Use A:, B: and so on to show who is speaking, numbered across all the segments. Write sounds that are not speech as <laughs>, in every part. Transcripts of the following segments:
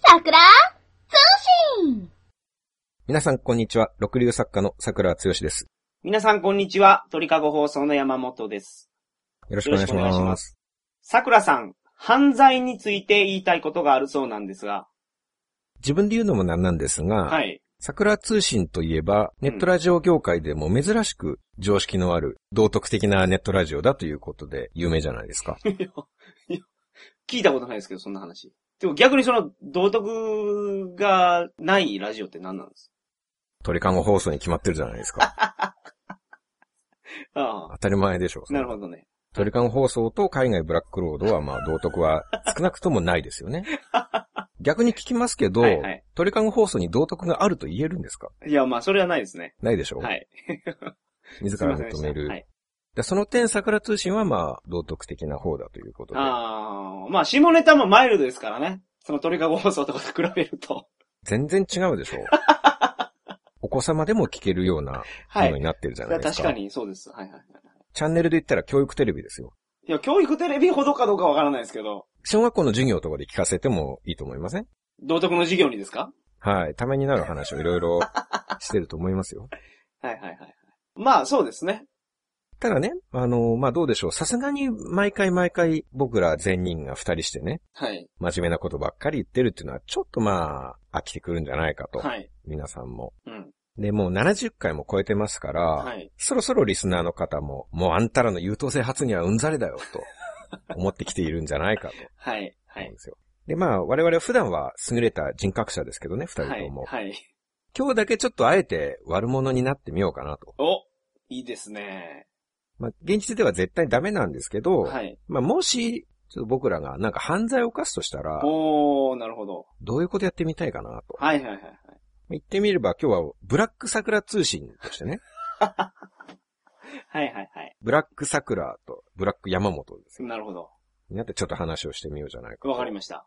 A: 桜通信
B: 皆さん、こんにちは。六流作家の桜剛です。
C: 皆さん、こんにちは。鳥かご放送の山本です。
B: よろしくお願いし
C: よろしくお願いし
B: ま。
C: ます桜さん、犯罪について言いたいことがあるそうなんですが。
B: 自分で言うのもなんなんですが、
C: はい。
B: 桜通信といえば、ネットラジオ業界でも珍しく常識のある道徳的なネットラジオだということで有名じゃないですか。
C: <laughs> 聞いたことないですけど、そんな話。でも逆にその、道徳がないラジオって何なんです
B: 鳥かご放送に決まってるじゃないですか。
C: かあ
B: 当たり前でしょ
C: あ、なるほどね。
B: 鳥かご放送と海外ブラックロードは、まあ、道徳は少なくともないです
C: <laughs>
B: よね。逆に聞きますけど、
C: はいはい
B: 鳥かご放送に道徳があると言えるんですか
C: いや、まあ、それはないですね。
B: ないでしょ、
C: はい。
B: 自
C: すい
B: ら
C: ませんで
B: 認
C: し
B: め
C: た
B: る。
C: はい。
B: でその点、桜通信はまあ、道徳的な方だということで。
C: ああ、まあ、下ネタもマイルドですからね。その鳥かご放送とかと比べ
B: <laughs>
C: ると。
B: 全然違うで
C: <laughs>
B: しょお子様でも聞けるようなも
C: はい。
B: のになってるじゃないです
C: 確
B: か。
C: かに、そうです。はいはいはい。
B: チャンネルで言ったら教育テレビですよ。
C: いや、教育テレビほどかどうかわからないですけど、
B: 小学校の授業とかで聞かせてもいいと思いません
C: 道徳の授業にですか
B: はい。ためになる話をいろい
C: <laughs>
B: ろしてると思いますよ。
C: はいはいはいはい。まあ、そうですね。
B: ただね、あの、まあ、どうでしょう。さすがに毎回毎回僕ら全人が二人してね、
C: はい。
B: 真面目なことばっかり言ってるっていうのはちょっとまあ、飽きてくるんじゃないかと。
C: はい。
B: 皆さんも。
C: うん。
B: で、もう70回も超えてますから、
C: はい。
B: そろそろリスナーの方も、もうあんたらの優等生発にはうんざりだよ、と思ってきているんじゃないかと
C: はい。 <laughs> は
B: 思うん
C: い。
B: ですよ。で、まあ、我々は普段は優れた人格者ですけどね、二
C: は
B: 人と
C: い
B: も。。
C: はい。
B: 今日だけちょっとあえて悪者になってみようかなと。
C: おいいですね。
B: まあ、現実では絶対ダメなんですけど、
C: はい。
B: まあ、もし、ちょっと僕らがなんか犯罪を犯すとしたら、
C: おー、なるほど。
B: どういうことやってみたいかなと。
C: はいはいはいはい。
B: 言ってみれば今日はブラック桜通信としてね、
C: はいはいはい。
B: ブラック桜とブラック山本ですよ。
C: なるほど。
B: になってちょっと話をしてみようじゃないかと。
C: わかりました。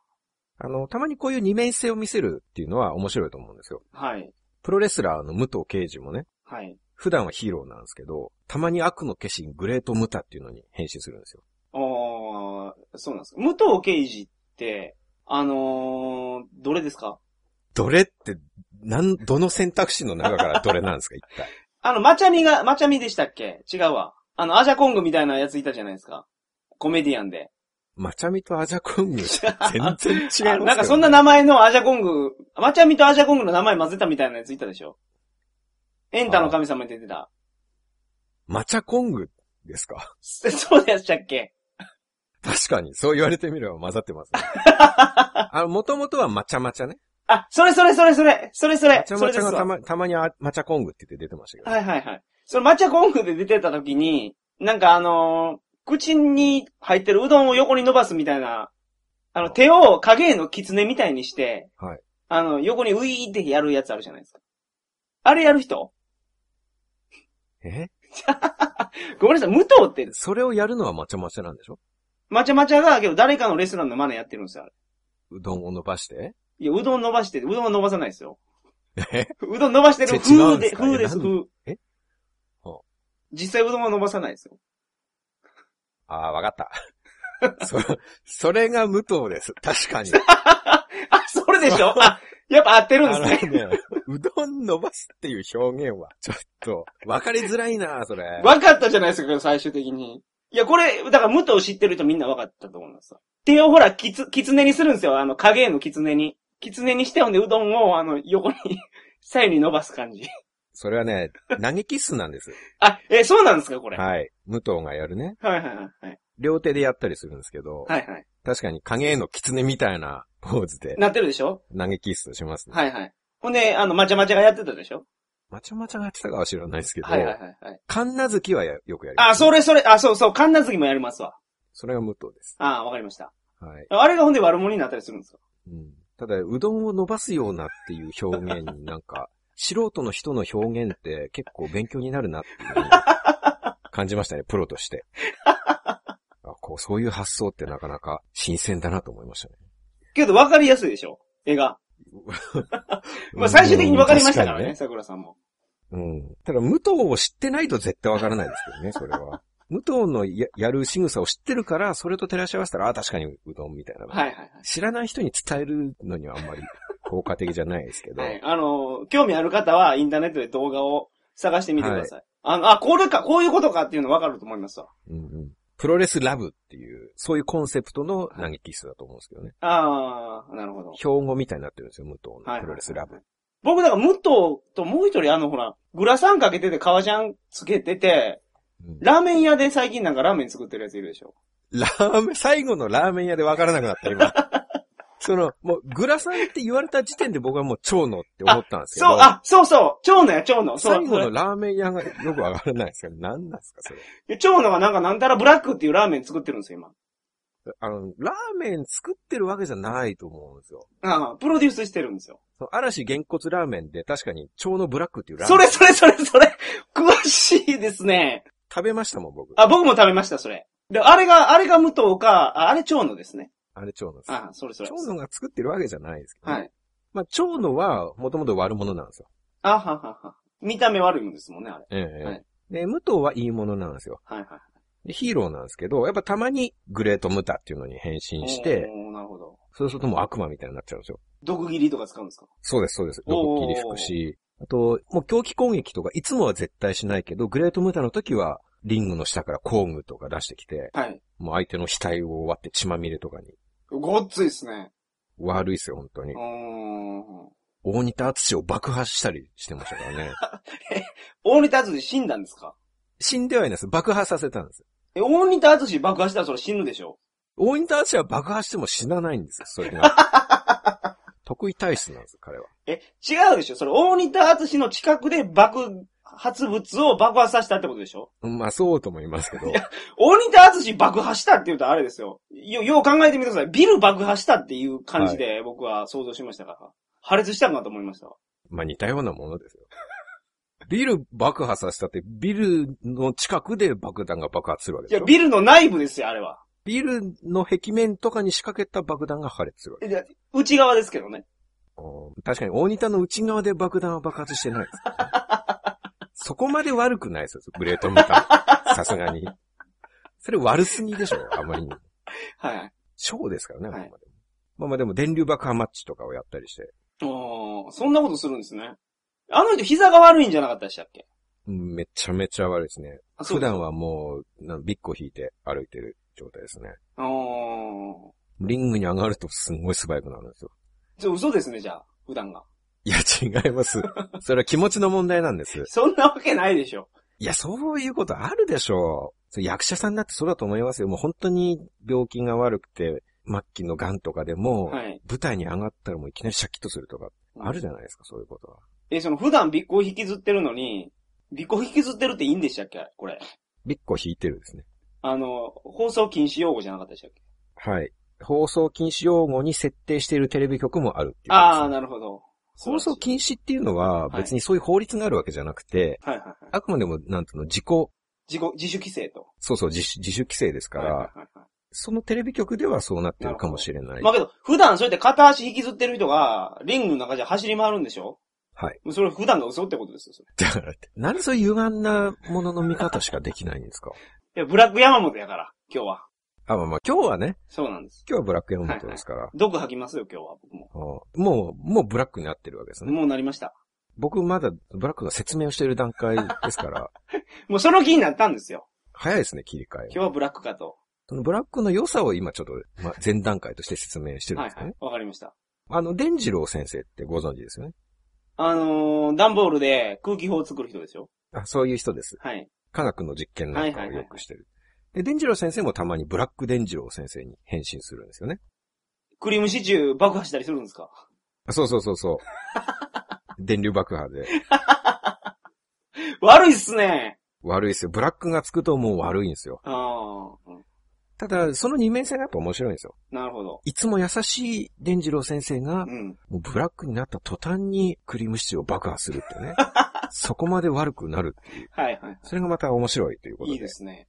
B: あの、たまにこういう二面性を見せるっていうのは面白いと思うんですよ。
C: はい。
B: プロレスラーの武藤敬司もね、
C: はい。
B: 普段はヒーローなんですけど、たまに悪の化身グレートムタっていうのに変身するんですよ。
C: おー、そうなんですか。武藤敬司って、あのー、どれですか
B: どれって、なん、どの選択肢の中からどれなんですか、一体。
C: あの、マチャミが、マチャミでしたっけ違うわ。あの、アジャコングみたいなやついたじゃないですか。コメディアンで。
B: マチャミとアジャコング、全然違いますけどね、
C: なんかそんな名前のアジャコング、マチャミとアジャコングの名前混ぜたみたいなやついたでしょエンタの神様に出
B: <laughs>
C: てた。
B: マチャコングですか。
C: そそうでしたっけ
B: 確かに、そう言われてみれば混ざって
C: <laughs>
B: ますね。あの、もともとはマチャマチャね。
C: あ、それそれそれそれそれそ
B: マ
C: れ
B: チャ
C: そ
B: マ
C: れ
B: チ
C: で
B: ャが
C: すわ
B: たま、たまにあマチャコングって言って出てましたけど。
C: はいはいはい。そのマチャコングで出てた時に、なんかあのー口に入ってるうどんを横に伸ばすみたいな、あの、手を影絵の狐みたいにして、
B: はい
C: あの、横にウィーってやるやつあるじゃないですか。あれやる人
B: え
C: ごめんなさい、武藤って、
B: それをやるのはマチャマチャなんでしょ
C: マチャマチャが、けど誰かのレストランのマネやってるんですよ、あれ
B: うどんを伸ばして
C: いや、うどん伸ばして、うどんは伸ばさないですよ。
B: え
C: うどん伸ばしてる
B: それ違うん
C: 風
B: で
C: で、
B: すか
C: 風で
B: い
C: す、
B: やな
C: 風。
B: えはあ
C: 実際うどんは伸ばさないですよ。
B: ああ、わかった。 <laughs> そ、それが武藤です。確
C: <laughs>
B: かに。
C: あ、それでしょあ、やっぱ合ってるんですね。
B: あのねうどん伸ばすっていう表現は、ちょっと、わかりづらいな、それ。
C: 分かったじゃないですか、最終的に。いや、これ、だから、武藤知ってる人みんな分かったと思うんですよ。手をほら、きつ、きつねにするんですよ。あの、影絵のきつねに。きつねにして、ほんで、うどんを、あの、横に、左右に伸ばす感じ。
B: それはね、嘆きっすなんです。
C: あ、えーそうなんですか、これ。はい、
B: はい。武藤がやるね。
C: はい、はいはい。
B: 両手でやったりするんですけど、
C: はい、はい。
B: 確かに影絵の狐みたいなポーズで
C: なってるでしょ
B: 嘆きっすしますね。
C: はい、はい。ほんで、あの、まちゃまちゃがやってたでしょ
B: まちゃまちゃがやってたかは知らないですけど、
C: はい、はい、はい。はい
B: 神奈月はやよくやります、
C: あ、それそれ、あ、そうそう、神奈月もやりますわ。
B: それが武藤です。
C: あわかりました。
B: はい。
C: あれがほんで悪者になったりするんですか
B: うんただ、うどんを伸ばすようなっていう表現になんか、素人の人の表現って結構勉強になるなっていうのを感じましたね、プロと
C: <laughs>
B: して。あこうそういう発想ってなかなか新鮮だなと思いましたね。
C: けど、わかりやすいでしょ絵が。まあ、最終的にわかりましたから
B: う
C: ね、
B: ん。確
C: 桜さんも。 <laughs>
B: かにねうん。ただ、武藤を知ってないと絶対わからないですけどね、それは。武藤のややる仕草を知ってるから、それと照らし合わせたら、あ、確かにうどんみたいな。
C: はいはいはい。
B: 知らない人に伝えるのにはあんまり効果的じゃないですけど。
C: はい。あの、興味ある方はインターネットで動画を探してみてください。あの、あ、これか、こういうことかっていうの分かると思いますわ。
B: うんうんプロレスラブっていう、そういうコンセプトの投げキッスだと思うんですけどね。
C: あー、なるほど。
B: 標語みたいになってるんですよ、武藤
C: は
B: の
C: い。
B: プロレスラブ。。
C: 僕、だから、武藤ともう一人、あの、ほら、グラサンかけてて、革ジャンつけてて、
B: うん
C: ラーメン屋で最近なんかラーメン作ってるやついるでしょ。
B: ラーメン、最後のラーメン屋でわからなくなった、今。 <laughs> その、もう、グラさんって言われた時点で僕はもう、蝶野って思ったんですけど。
C: そう、あ、そうそう、蝶野や、蝶野。そう
B: 最、後のラーメン屋がよくわからないですけど、何なんですか、それ。
C: そう蝶野がなんか、なんたらブラックっていうラーメン作ってるんですよ、今。
B: あの、ラーメン作ってるわけじゃないと思うんですよ。
C: ああ、プロデュースしてるんですよ。
B: その嵐げんこつラーメンで確かに、蝶野ブラックっていうラーメン。
C: それそれそれそれ、詳しいですね。
B: 食べましたもん、僕。あ
C: あ、僕も食べました、それ。で、あれが、あれが武藤か、ああれ蝶野ですね。
B: れ蝶野です。
C: あ、それそれ。
B: 蝶野が作ってるわけじゃないですけど、
C: は
B: ね。
C: い。
B: まあ、蝶野は、もともと悪者なんですよ。
C: あははは。見た目悪いもんですもんね、あれ。
B: ええ
C: はい
B: で、武藤はいいものなんですよ。
C: はいは
B: でヒーローなんですけど、やっぱたまにグレートムタっていうのに変身
C: い。
B: して、
C: おーなるほど。
B: そうするともう悪魔みたいになっちゃうんですよ。
C: 毒斬りとか使うんですか
B: そうです、そうです。
C: おー
B: 毒切り吹くし、あと、もう狂気攻撃とかいつもは絶対しないけど、グレートムタの時は、リングの下から工具とか出してきて、
C: はい。
B: もう相手の額を割って血まみれとかに。
C: ごっついっすね。
B: 悪いっすよ、本当に
C: う。ーん。
B: 大仁田厚を爆破したりしてましたからね。
C: 大仁田淳死んだんですか
B: 死んではいないです。爆破させたんです。
C: え、大仁田淳爆破したらそれ死ぬでしょ
B: 大仁田厚は爆破しても死なないんですよ、それが。 <laughs> 得意体質なんです、彼は。
C: え、違うでしょそれ大仁田淳の近くで爆発物を爆破させたってことでしょ
B: まあ、そうとも言いますけど。
C: 大仁田淳爆破したって言うとあれですよ。よ、よう考えてみてください。ビル爆破したっていう感じで僕は想像しましたから。破裂したんかと思いましたわ。
B: まあ、似たようなものですよ。ビル爆破させたって、ビルの近くで爆弾が爆発するわけ
C: い
B: で
C: や、
B: しょ
C: ビルの内部ですよ、あれは。
B: ビルの壁面とかに仕掛けた爆弾が破裂するわけ。
C: いや内側ですけどね。
B: うん確かに、大仁田の内側で爆弾は爆発してないですよね。 <laughs> そこまで悪くないですよ、グレートムタン。さすがに。それ悪すぎでしょ、あまりに。
C: はい。
B: ショーですからね、
C: は
B: あ
C: い
B: くまでもまあまあでも、電流爆破マッチとかをやったりして。
C: おーそんなことするんですね。あの人膝が悪いんじゃなかったでしたっけ
B: うんめちゃめちゃ悪いですね。
C: あそう
B: 普
C: です
B: 段はもう、なんビッコ引いて歩いてる状態ですね。
C: お
B: リングに上がるとすんごい素早くなるんですよ。
C: ーちょ、嘘ですね、じゃあ。普段が。
B: いや、違い
C: <laughs>
B: ます。それは気持ちの問題なんです。
C: そんなわけないでしょ。
B: いや、そういうことあるでしょう。それ役者さんだってそうだと思いますよ。もう本当に病気が悪くて、末期の癌とかでも、
C: はい。
B: 舞台に上がったらもういきなりシャキッとするとか、あるじゃないですか、そういうことは。
C: え、その普段尾行引きずってるのに、尾行引きずってるっていいんでしたっけこれ。
B: ビッコ引いてるですね。
C: あの、放送禁止用語じゃなかったでしたっけ
B: はい。放送禁止用語に設定しているテレビ局もあるっていうことですね、
C: ああ、なるほど。
B: 放送禁止っていうのは
C: はい
B: 別にそういう法律があるわけじゃなくて、
C: はいはいはい。
B: あくまでも、なんていうの、自己、
C: 自己、自主規制と。
B: そうそう、自主自主規制ですか
C: はいはい
B: ら、
C: はいはい。
B: そのテレビ局ではそうなってるかもしれない
C: ま。あけど、普段そうやって片足引きずってる人が、リングの中じゃ走り回るんでしょ
B: はい。
C: それ普段が嘘ってことですよ、それ。
B: <laughs> だからって、なんでそういう歪んだものの見方しかできないんですか
C: いや、ブラック山本やから、今日は。
B: あ、まあまあ、今日はね、
C: そうなんです。
B: 今日はブラック山本ですから、
C: 毒吐きますよ、今日は、僕も。
B: うんもう、もうブラックになってるわけですね。
C: もうなりました。
B: 僕まだブラックの説明をしてる段階ですから、
C: もうその気になったんですよ。
B: 早いですね、切り替え。
C: 今日はブラックかと。
B: そのブラックの良さを今ちょっと、ま
C: <laughs>
B: あ、前段階として説明してるん
C: は
B: で
C: い
B: すかね。
C: はい。わかりました。
B: あの、伝次郎先生ってご存知ですよね。
C: あのー、段ボールで空気砲を作る人でしょ
B: あそういう人です。
C: はい。
B: 科学の実験なんかをよくしてる。で、伝次郎先生もたまにブラック伝次郎先生に変身するんですよね。
C: クリームシチュー爆破したりするんですか
B: あそうそうそう
C: <laughs>
B: そう。電流爆破で。
C: 悪いっすね。
B: 悪いですよ。ブラックがつくともう悪いんですよ。
C: ああ、うん
B: ただ、その二面性がやっぱ面白いんですよ。
C: なるほど。
B: いつも優しい伝次郎先生が、
C: うん。
B: もうブラックになった途端にクリームシチューを爆破するって
C: <laughs>
B: ね。そこまで悪くなるっていう。
C: はいはい。
B: それがまた面白いということで。
C: いいですね。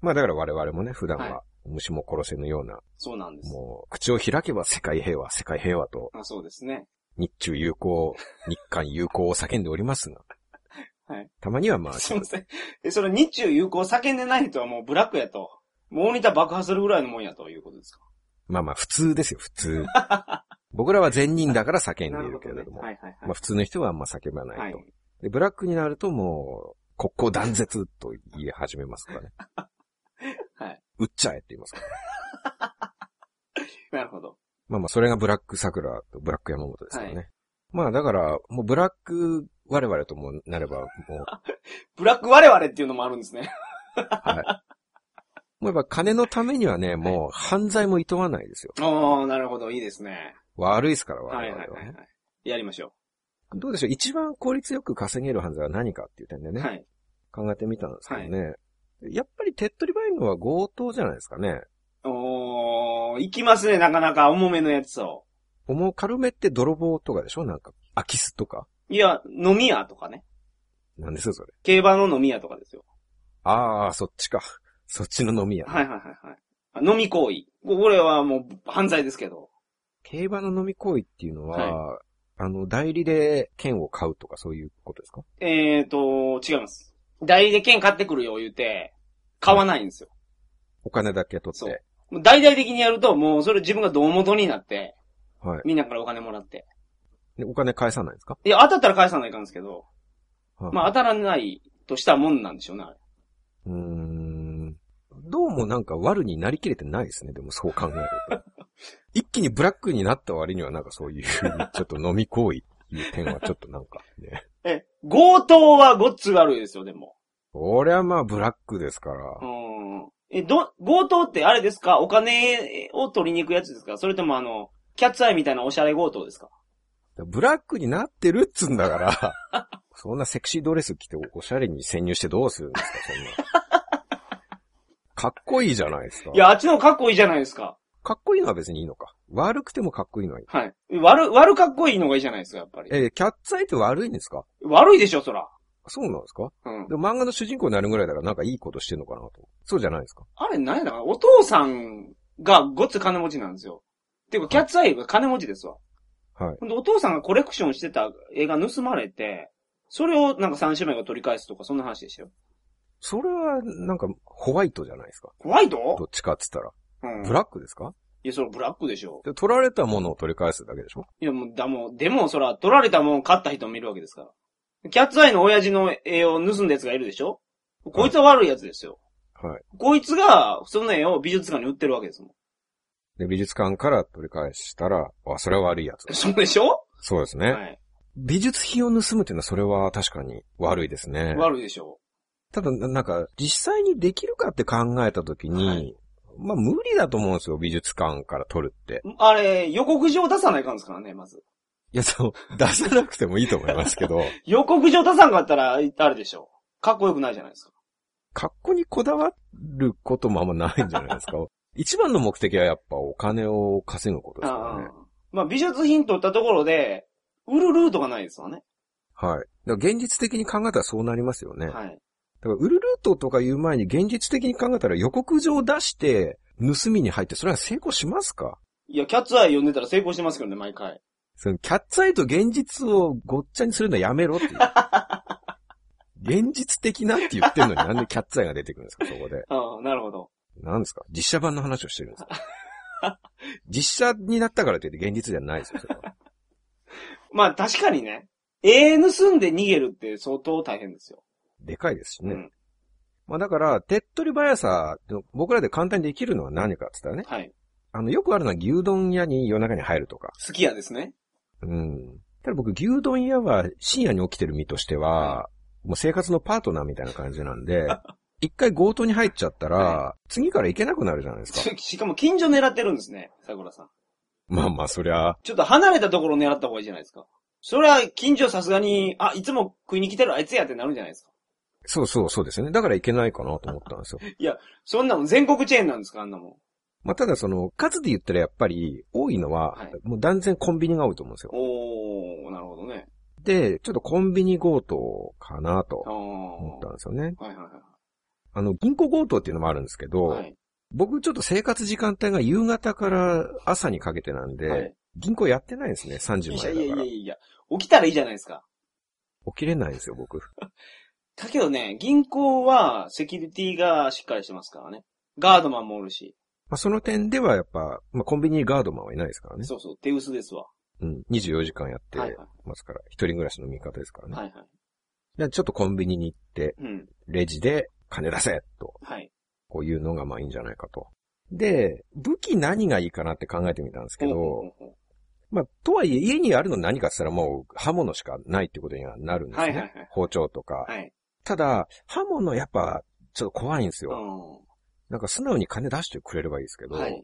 B: まあだから我々もね、普段
C: は
B: は虫も殺せぬような、
C: そうなんです。
B: もう口を開けば世界平和、世界平和と
C: あそうですね。 <laughs>
B: 日中友好、日韓友好を叫んでおりますが、
C: <laughs> はい
B: たまにはまあ、
C: すいません。え、その日中友好を叫んでない人はもうブラックやと。もう似た爆破するぐらいのもんやということですか。
B: まあまあ普通ですよ、普
C: <laughs>
B: 通。僕らは善人だから叫んでい
C: な
B: るけれども。
C: はいはい
B: まあ普通の人はあんま叫ばないと。
C: はい。はい。
B: で、ブラックになるともう、国交断絶と言い始めますからね。
C: <laughs> はい。
B: 売っちゃえって言いますから。
C: なるほど。
B: まあまあ、それがブラック桜とブラック山本ですからね。
C: は
B: まあだから、もうブラック我々とも
C: <laughs>
B: なれば、もう、
C: ブラック我々っていうのもあるんですね。 <laughs>
B: もうやっぱ金のためにはね、もう犯罪も厭わないですよ。
C: おー、なるほど。いいですね。
B: 悪いですから、
C: は
B: 我
C: い
B: 々
C: はい
B: は
C: はいは
B: ね
C: い。。やりましょ
B: どうでしょう一番効率よく稼げる犯罪は何かっていう点で
C: う。
B: ね、
C: はい。
B: 考えてみたんですけどね。やっぱり手っ取り早いのは強盗じゃないですかね。
C: おー、行きますね、なかなか重めのやつを。
B: 重軽めって泥棒とかでしょなんか、空き巣とか。
C: いや、飲み屋とかね。
B: なんですよ、それ。
C: 競馬の飲み屋とかですよ。
B: ああ、そっちか。そっちの飲み屋、
C: はいはいはいはいあ。飲み行為。これはもう犯罪ですけど。
B: 競馬の飲み行為っていうのは、あの、代理で券を買うとかそういうことですか
C: えーと、違います。代理で券買ってくるよ言うて、買わないんですよ。
B: お金だけ取っ
C: そ
B: て。
C: もう大々的にやると、もうそれ自分が胴元になって、
B: はい
C: みんなからお金もらって。
B: でお金返さないんですか、
C: いや、当たったら返さないかんですけど、
B: はい
C: まあ当たらないとしたもんなんでしょうね、あれ
B: うーん。どうもなんか悪になりきれてないですね。でもそう考えると。
C: <laughs>
B: 一気にブラックになった割にはなんかそういう、ちょっと飲み行為っていう点はちょっとなんかね。
C: え、強盗はごっつ悪いですよ、でも。
B: 俺はまあブラックですから
C: う。ん。え、ど、強盗ってあれですかお金を取りに行くやつですかそれともあの、キャッツアイみたいなおしゃれ強盗ですか
B: ブラックになってるっつうんだから、 <laughs> そんなセクシードレス着ておしゃれに潜入してどうするんですか、そんな。かっこいいじゃないですか。
C: いや、あっちの方がかっこいいじゃないですか。
B: かっこいいのは別にいいのか。悪くてもかっこいいのはいい。
C: はい。悪、悪かっこいいのがいいじゃないですか、やっぱり。
B: えーキャッツアイって悪いんですか
C: 悪いでしょ、そら。
B: そうなんですか
C: うん。
B: でも漫画の主人公になるぐらいだからなんかいいことしてんのかなと。そうじゃないですか
C: あれ、なんやだから、お父さんがごっつ金持ちなんですよ。ていうか、キャッツアイが金持ちですわ。
B: はい
C: ほんで、お父さんがコレクションしてた絵が盗まれて、それをなんか三姉妹が取り返すとか、そんな話でしたよ。
B: それは、なんか、ホワイトじゃないですか。
C: ホワイ
B: ど
C: ト
B: っちかって言った
C: うん。
B: ら。ブラックですか
C: いや、それブラックでしょ。
B: で取られたものを取り返すだけでしょ
C: いや、もう、だもう、でも、そら、取られたもん買った人もいるわけですから。キャッツアイの親父の絵を盗んだやつがいるでしょこいつは悪いやつですよ。
B: はい。
C: こいつが、その絵を美術館に売ってるわけですもん。
B: で、美術館から取り返したら、あ、それは悪いやつだ。
C: そうでしょ
B: そうですね。
C: はい。
B: 美術品を盗むっていうのは、それは確かに悪いですね。
C: 悪いでしょ
B: ただ、ななんか、実際にできるかって考えたときに、
C: はい
B: まあ、無理だと思うんですよ、美術館から取るって。
C: う。あれ、予告状出さないかんですからね、まず。
B: いや、そう、
C: <laughs>
B: 出さなくてもいいと思いますけど、
C: 予告状出さんかったら、あれでしょかっこよくないじゃないですか。
B: 格好にこだわることもあんまないんじゃないです
C: <laughs>
B: か。一番の目的はやっぱお金を稼ぐことですからね
C: あ。あまあ、美術品取ったところで、売るルートがないですわね。
B: はい。だから現実的に考えたらそうなりますよね。だか
C: はい。
B: ら売るルートとか言う前に現実的に考えたら予告状を出して盗みに入ってそれは成功しますか
C: いや、キャッツアイ読んでたら成功してますけどね、毎回。
B: そのキャッツアイと現実をごっちゃにするのはやめろ
C: <laughs>
B: っていう。現実的なって言ってるのになんでキャッツアイが出てくるんですか、そこで。
C: ああ、なるほど。
B: なんですか実写版の話をしてるんですか実写になったからといって現実じゃないですよ、それは。
C: まあ、確かにね。絵盗んで逃げるって相当大変ですよ。
B: でかいですしね。
C: うん
B: まあだから、手っ取り早さ、僕らで簡単にできるのは何かって言ったらね、
C: はい。
B: あの、よくあるのは牛丼屋に夜中に入るとか。
C: 好きやですね。
B: うん。ただ僕、牛丼屋は深夜に起きてる身としては、もう生活のパートナーみたいな感じなん
C: <laughs>
B: で、一回強盗に入っちゃったら、
C: は
B: 次から行けなくなるじゃないです
C: <laughs>
B: か。
C: しかも、近所狙ってるんですね、桜さん。
B: まあまあ、そりゃ、
C: ちょっと離れたところを狙った方がいいじゃないですか。それは近所さすがに、あ、いつも食いに来てるあいつやってなるんじゃないですか。
B: そうそうそうですよね。だから行けないかなと思ったんです
C: <laughs>
B: よ。
C: そんなもん全国チェーンなんですか、あんなもん。
B: まあただその、数で言ったらやっぱり、多いのは、
C: はい
B: もう断然コンビニが多いと思うんですよ。
C: おー、なるほどね。
B: で、ちょっとコンビニ強盗かなと
C: あー。
B: 思ったんですよね。
C: はいはいは
B: あの、銀行強盗っていうのもあるんですけど、
C: い。はい。
B: 僕ちょっと生活時間帯が夕方から朝にかけてなんで、
C: はい
B: 銀行やってないんですね、3時
C: い
B: まで
C: やいやい
B: だか
C: や
B: ら。
C: いや、起きたらいいじゃないですか。
B: 起きれないんですよ、僕。
C: だけどね、銀行はセキュリティがしっかりしてますからね。ガードマンもおるし。
B: まあ、その点ではやっぱ、まあ、コンビニガードマンはいないですからね。
C: そうそう、手薄ですわ。
B: うん。24時間やって
C: はいは
B: ますから、一人暮らしの味方ですから
C: い。
B: ね。
C: はいはい。
B: でちょっとコンビニに行って、
C: うん。
B: レジで金出せと、
C: はい。
B: こういうのがまあいいんじゃないかと。で、武器何がいいかなって考えてみたんですけ
C: ほう
B: ど、
C: ほうほうほ
B: まあ、とはいえ家にあるの何かって言ったらもう刃物しかないってことにはなるんですね。
C: はいはいはい
B: 包丁とか。
C: うはい。
B: ただ、刃物やっぱ、ちょっと怖いんです
C: う
B: よ。
C: ん。
B: なんか素直に金出してくれればいいですけど、
C: はい。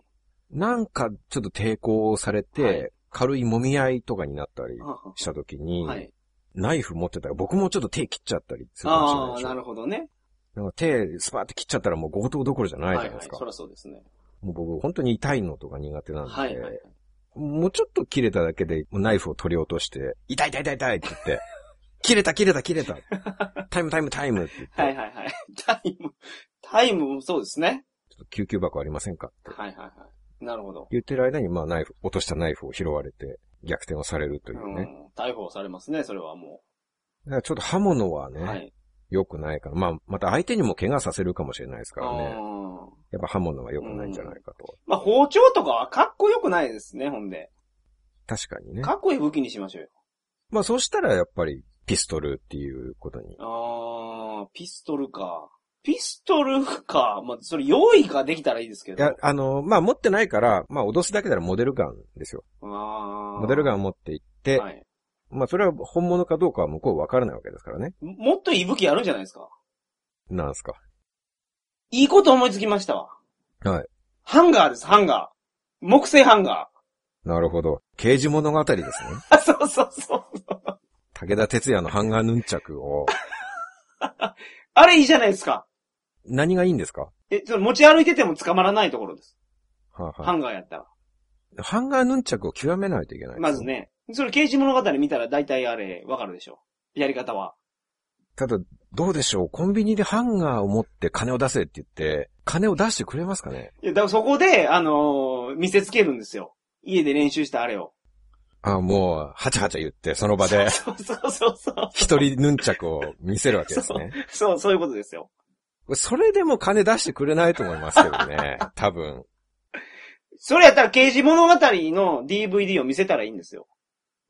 B: なんかちょっと抵抗されて、
C: はい
B: 軽い揉み合いとかになったり
C: はは
B: した時に、
C: はい。
B: ナイフ持ってたら僕もちょっと手切っちゃったりするかもしれない
C: ああ、
B: でし
C: な
B: ょ。
C: るほどね。
B: なんか手スパーって切っちゃったらもう強盗どころじゃないじゃないですか。
C: そりゃそうですね。
B: もう僕本当に痛いのとか苦手なんで、
C: はいはい。
B: もうちょっと切れただけでもうナイフを取り落として、痛い痛い痛い痛いって言
C: <laughs>
B: って、切れた切れた切れた。タイムタイムタイムって言って、
C: はいはいはい。 <laughs> タイム、タイムもそうですね。
B: ちょっと救急箱ありませんかって
C: はいはいはい。なるほど。
B: 言ってる間にまあナイフ、落としたナイフを拾われて逆転をされるというね。
C: うん。逮捕されますね、それはも
B: だからちょっと刃物は
C: う。
B: ね、
C: はい。
B: 良くないから。まあ、また相手にも怪我させるかもしれないですからね。
C: うん
B: やっぱ刃物は良くないんじゃないかと。
C: まあ、包丁とかはかっこよくないですね、ほんで。
B: 確かにね。
C: かっこいい武器にしましょうよ。
B: まあそうしたらやっぱりピストルっていうことに。
C: あー、ピストルか。ピストルか。まあ、それ用意ができたらいいですけ
B: い
C: ど。
B: や、あの、まあ持ってないから、まあ脅すだけならモデルガンですよ。
C: あー
B: モデルガンを持って行って、
C: はい。
B: まあそれは本物かどうかは向こう分からないわけですからね。
C: ももっといい武器あるんじゃないですか。
B: なんすか。
C: いいこと思いつきましたわ。
B: はい。
C: ハンガーです、ハンガー。木製ハンガ
B: なるほど。刑事物語ですね。
C: ー。あ、 <laughs> そうそうそう。
B: 武田鉄矢のハンガーヌンチャクを。
C: あれいいじゃないですか。
B: 何がいいんですか
C: え、その持ち歩いてても捕まらないところです。
B: はあ
C: ハ
B: は
C: ンガーやったら。
B: あ、ハンガーヌンチャクを極めないといけない。
C: まず。ね。それ、刑事物語見たら大体あれ、わかるでしょ。やり方は。
B: ただ、どうでしょうコンビニでハンガーを持って金を出せって言って、金を出してくれますかね
C: いや、だからそこで、あのー見せつけるんですよ。家で練習したあれを。 <laughs>
B: ああ、もう、はちゃはちゃ言って、その場で、
C: そうそうそうそう。
B: 一人ヌンチャクを見せるわけですね。
C: そう、そういうことですよ。
B: それでも金出してくれないと思いますけど
C: <laughs>
B: ね。多分。
C: それやったら刑事物語の DVD を見せたらいいんですよ。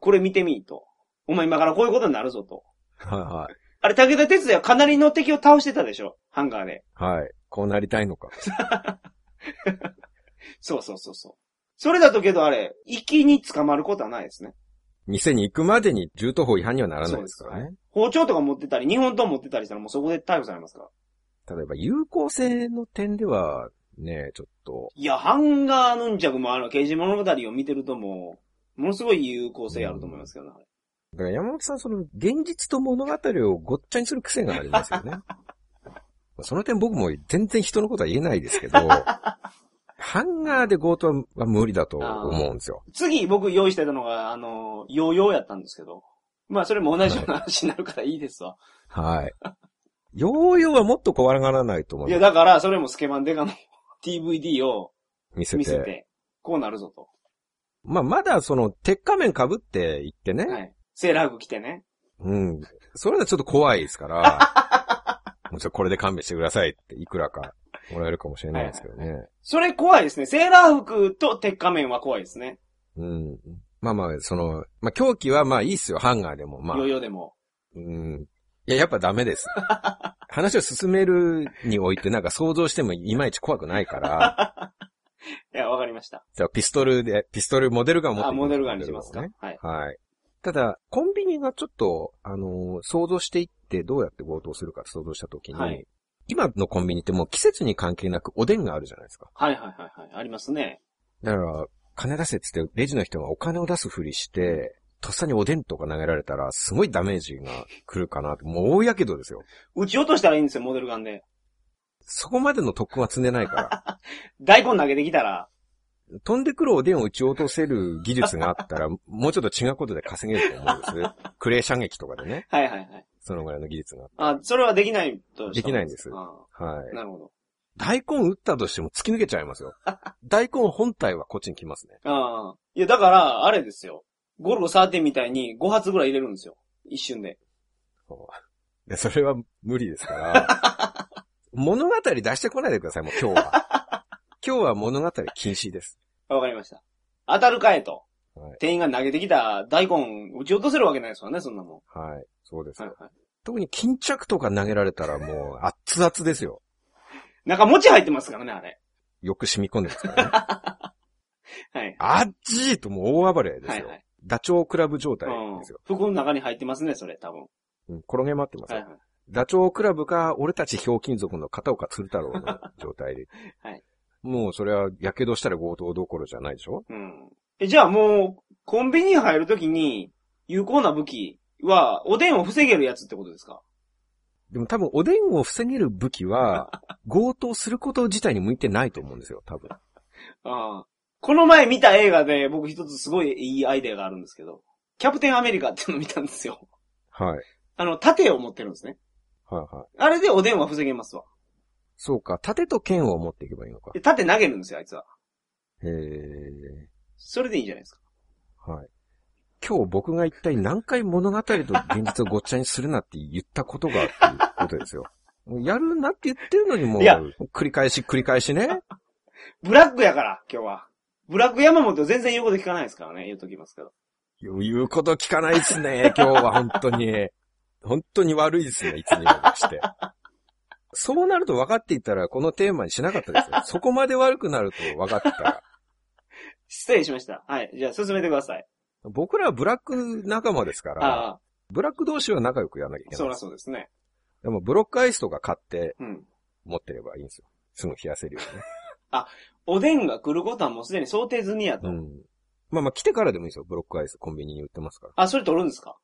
C: これ見てみいと。お前今からこういうことになるぞと。
B: はい
C: あれ、武田鉄矢かなりの敵を倒してたでしょハンガーで。
B: はい。はい。こうなりたいのか。
C: そうそうそうそう。それだとけどあれ、息に捕まることはないですね。
B: 店に行くまでに銃刀法違反にはならないですから
C: そう
B: ね。
C: 包丁とか持ってたり、日本刀持ってたりしたらもうそこで逮捕されますから。
B: 例えば、有効性の点では、ね、ちょっと、
C: いや、ハンガーヌンチャクもあの、刑事物語を見てるともう、ものすごい有効性あると思いますけどね。
B: だから山本さん、その、現実と物語をごっちゃにする癖がありますよね。その点僕も全然人のことは言えないですけど、ハンガーで強盗は無理だと思うんですよ。
C: 次僕用意してたのが、あの、ヨーヨーやったんですけど。まあそれも同じような話になるからいいですわ。
B: はい。ヨーヨーはもっと怖がらないと思
C: い、
B: い
C: や、
B: ます。
C: だからそれもスケバンデカの DVD を
B: 見せ
C: 見せ
B: て。
C: て、こうなるぞと。
B: まあ、まだその、鉄仮面被って行ってね。
C: はい。セーラー服着てね。
B: うん。それではちょっと怖いですから、もうちょっとこれで勘弁してくださいって、いくらかもらえるかもしれないですけどね。
C: それ怖いですね。セーラー服と鉄仮面は怖いですね。
B: うん。まあまあ、その、まあ狂気はまあいいっすよ、ハンガーでも。まあ
C: ヨー、ヨーでも。
B: うん。いや、やっぱダメ
C: <laughs>
B: です。話を進めるにおいてなんか想像してもいまいち怖くない
C: <laughs>
B: から、
C: いや、わかりました。
B: じゃあピストルで、ピストルモデルガン持って
C: あ、
B: き
C: モデルガンにしますか。
B: モデル
C: はい。
B: ガンをねはい。ただ、コンビニがちょっと、あのー想像していってどうやって強盗するかって想像したときに、
C: はい
B: 今のコンビニってもう季節に関係なくおでんがあるじゃないですか。
C: はいはいはいはい。ありますね。
B: だから、金出せって言って、レジの人がお金を出すふりして、とっさにおでんとか投げられたら、すごいダメージが来るかなって、もう大やけどですよ。
C: 撃ち落としたらいいんですよ、モデルガンで。
B: そこまでの特訓は積んでない
C: <laughs>
B: から。
C: 大根投げてきたら、
B: 飛んでくるおでんを撃ち落とせる技術があったら、もうちょっと違うことで稼げると思うんです。クレー射撃とかでね、
C: はいはいはい。
B: そのぐらいの技術が。
C: あ、それはできないとした
B: できないんです
C: あ
B: はい
C: ー。なるほど。
B: 大根撃ったとしても突き抜けちゃいますよ。大根本体はこっちに来ますね。
C: ああ。いや、だから、あれですよ。ゴルゴ13みたいに5発ぐらい入れるんですよ。一瞬で。
B: いやそれは無理ですから、
C: <laughs>
B: 物語出してこないでください、もう今日は。今日は物語禁止です。
C: わかりました。当たるかえと。
B: はい
C: 店員が投げてきた大根、打ち落とせるわけないですよね、そんなも
B: はい。そうです
C: ん。はい。はい。
B: 特に巾着とか投げられたらもう熱々ですよ。
C: 中餅入ってますからね、あれ。
B: よく染み込んでますからね。
C: は
B: あ
C: い。
B: っちーともう大暴れですよ。
C: はいはい。
B: ダチョウクラブ状態
C: うん
B: ですよ。。
C: 服の中に入ってますね、それ、多分。
B: うん、転げ回ってます
C: はい
B: よ、
C: はい。
B: ダチョウクラブか、俺たちひょうきん族の片岡鶴太郎の状態で。
C: <laughs> はい
B: もうそれは、火傷したら強盗どころじゃないでしょ
C: うん。え、じゃあもう、コンビニに入るときに、有効な武器は、おでんを防げるやつってことですか
B: でも多分、おでんを防げる武器
C: <laughs>
B: は、強盗すること自体に向いてないと思うんですよ、多分。
C: ああ。この前見た映画で、僕一つすごいいいアイデアがあるんですけど、キャプテンアメリカっていうのを見たんですよ。 <laughs>
B: はい。はい
C: あの、盾を持ってるんですね。
B: はい。
C: あれでおでんは防げますわ。
B: そうか、盾と剣を持っていけばいいのか
C: で。盾投げるんですよ、あいつは。
B: へえ。
C: それでいいんじゃないですか。
B: はい。今日僕が一体何回物語と現実をごっちゃにするなって言ったことがっていうことですよ。やるなって言ってるのにもう
C: いや、
B: 繰り返し繰り返しね。
C: ブラックやから、今日は。ブラック山本全然言うこと聞かないですからね、言うときますけど。
B: 言うこと聞かないっす
C: <laughs>
B: ね、今日は本当に。本当に悪いですね、いつにも増して。そうなると分かっていたら、このテーマにしなかったですよ。そこまで悪くなると分かったら。
C: 失礼しました。はい。じゃあ進めてください。
B: 僕らはブラック仲間ですから、
C: ああ、
B: ブラック同士は仲良くやらなきゃいけ
C: そ
B: な
C: ら
B: い。
C: そうですね。
B: でも、ブロックアイスとか買って
C: うん。
B: 持ってればいいんですよ。すぐ冷やせるようにね。
C: おでんが来ることはもうすでに想定済みやと。 <laughs>
B: うん。まあまあ来てからでもいいですよ。ブロックアイスコンビニに売ってますから。
C: あ、それ取るんですか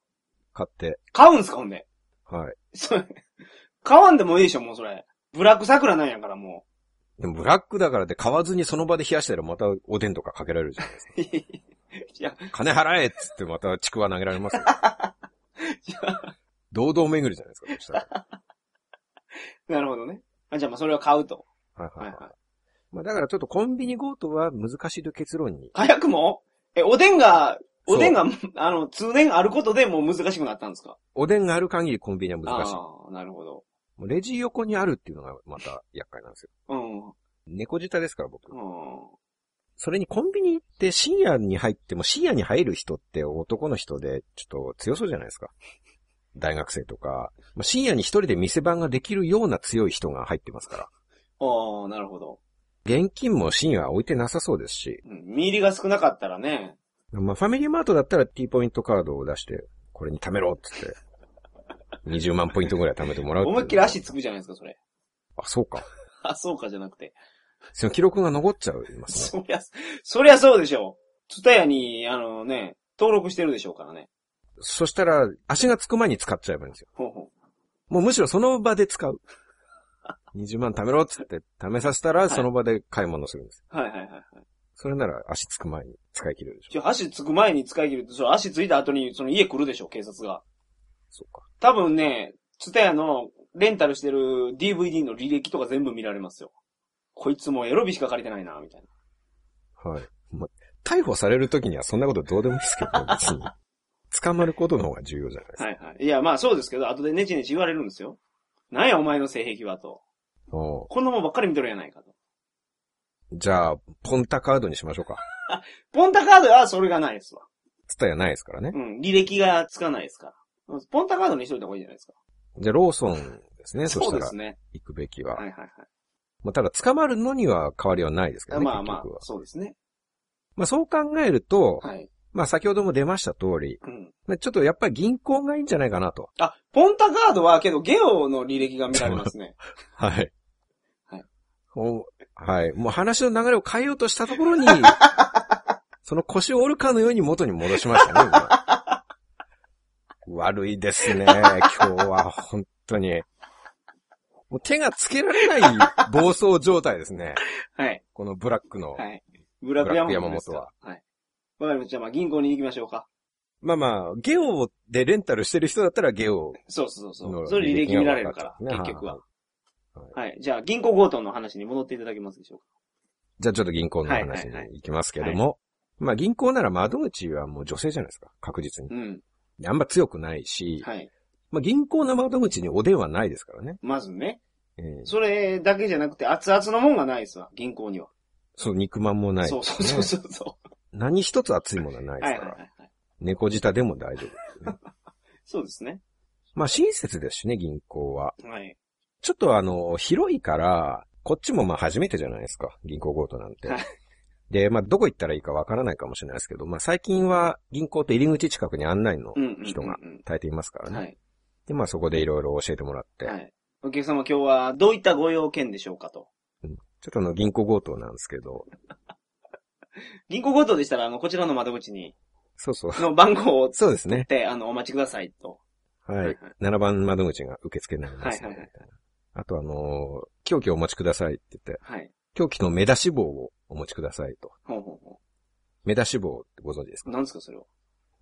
B: 買って。
C: 買うんですかほんで。
B: はい。
C: それ、買わんでもいいでしょ、もうそれ。ブラック桜なんやから、も
B: でもブラックだからって買わずにその場で冷やしたらまたおでんとかかけられるじゃないですか。
C: う。 <laughs> いや、
B: 金払えっつってまたちくわ投げられ <laughs> ますよ。
C: いや
B: 堂々巡りじゃないですか、そした <laughs> ら。
C: なるほどね。あじゃあまあそれは買うと。
B: はいはい
C: はい
B: は。
C: はい
B: まあだからちょっとコンビニ強盗は難しいという結論に。
C: 早くもえ、おでんが、
B: そう
C: おでんが、あの、通年あることでもう難しくなったんですか
B: おでんがある限りコンビニは難しい。も
C: ああ、なるほど。
B: うレジ横にあるっていうのがまた厄介なんですよ。
C: うん。う
B: 猫舌ですから僕。
C: ん。
B: それにコンビニ行って深夜に入っても深夜に入る人って男の人でちょっと強そうじゃないですか。大学生とか。まあ、深夜に一人で店番ができるような強い人が入ってますから。
C: ああ、なるほど。
B: 現金も深夜は置いてなさそうですし。
C: うん。身入りが少なかったらね。
B: まあ、ファミリーマートだったら T ポイントカードを出して、これに貯めろってって。20万ポイントぐらい貯めてもらうてい
C: 思
B: う
C: いっきり足つくじゃないですか、それ。 <laughs>
B: あ、そうか。
C: あ、そうかじゃなくて。
B: その記録が残っちゃいますね。
C: そりゃ、そりゃそうでしょう。ツタヤに、あのね、登録してるでしょうからね。
B: そしたら、足がつく前に使っちゃえばいいんですよ。
C: ほうほ
B: もうむしろその場で使う。20万貯めろっつって、貯めさせたら、
C: い
B: その場で買い物するんです。
C: う。はいはいはいはい。
B: それなら足つく前に使い切れるでし
C: じ
B: ょ。
C: ゃあ足つく前に使い切ると、その足ついた後に、その家来るでしょ、警察が。
B: そうか。
C: 多分ね、ツタヤのレンタルしてる DVD の履歴とか全部見られますよ。こいつもうエロビしか借りてないな、みたいな。
B: はい。まあ、逮捕される時にはそんなことどうでもいいですけど、別に。捕まることの方が重要じゃないですか。
C: はいはい。いや、まあそうですけど、後でネチネチ言われるんですよ。なんやお前の性癖はと。
B: おう
C: こんなもんばっかり見とるやないかと。
B: じゃあ、ポンタカードにしましょうか。
C: ポンタカードはそれがないですわ。
B: ツタヤないですからね
C: う。ん、履歴がつかないですから。ポンタカードにしといた方がいいじゃないですか。
B: じゃあ、ローソンですね。そし
C: そう
B: た
C: で
B: ら
C: す、ね。
B: 行くべき
C: は
B: は。
C: いはいはい。
B: まあ、ただ、捕まるのには変わりはないですけどね、
C: まあま
B: 結局
C: あ
B: は、。
C: そうですね。
B: まあ、そう考えると、
C: はい。
B: まあ、先ほども出ました通り、
C: うん。
B: まあちょっとやっぱり銀行がいいんじゃないかなと。
C: あ、ポンタカードはけどゲオの履歴が見られますね。
B: はい。
C: はい
B: お。はい。もう話の流れを変えようとしたところ
C: <laughs>
B: に、その腰を折るかのように元に戻しましたね。今悪いですね。今日は本当に。もう手がつけられない暴走状態ですね。
C: はい。
B: このブラックの。
C: はい。ブラック山本ですか
B: ブラック
C: はい。わかりました。じゃあまあ銀行に行きましょうか。
B: まあまあ、ゲオでレンタルしてる人だったらゲオ
C: そうそうそうそ
B: の
C: う。それ履歴見られるから、
B: ね
C: 結局は。。
B: はい
C: はい。じゃあ銀行強盗の話に戻っていただけますでしょう
B: じゃあちょっと銀行の
C: はい
B: 話
C: はいはい
B: に行きますけども。まあ銀行なら窓口はもう女性じゃないですか。確実に
C: か。。うん。
B: あんま強くないし、
C: はい。
B: まあ、銀行の窓口にお電話ないですからね。
C: まずね。
B: ええ
C: それだけじゃなくて、熱々のもんがないですわ、銀行には。
B: そう、肉まんもない、
C: そうそうそうそうそ
B: 何一つ熱いものはな
C: う。
B: い
C: は
B: で
C: い
B: すか
C: はい
B: ら。
C: はいはい。
B: 猫舌でも大丈夫。
C: そうですね。
B: まあ、親切ですしね、銀行は。
C: はい。
B: ちょっとあの、広いから、こっちもまあ初めてじゃないですか。銀行強盗なんて
C: はい。
B: で、まあどこ行ったらいいかわからないかもしれないですけど、まあ最近は銀行って入り口近くに案内の
C: うんうんうんうん。
B: 人が耐えていますからね。
C: はい。
B: で、まあそこでいろいろ教えてもらって、
C: はい。お客様今日はどういったご用件でしょうかと。
B: ちょっとあの銀行強盗なんですけど、
C: 銀行強盗でしたら、あの、こちらの窓口に、
B: そうそう。
C: の番号をつ
B: そうですね
C: っ。て、あの、お待ちくださいと。
B: は
C: はいいはい。
B: 7番窓口が受付になりますので、
C: はいはいはい
B: みたいなあとあのー凶器をお持ちくださいって言って、
C: はい。
B: 凶器の目出し棒をお持ちくださいと。
C: ほうほうほ
B: 目出し棒ってご存知ですか
C: う。なんですか、それは。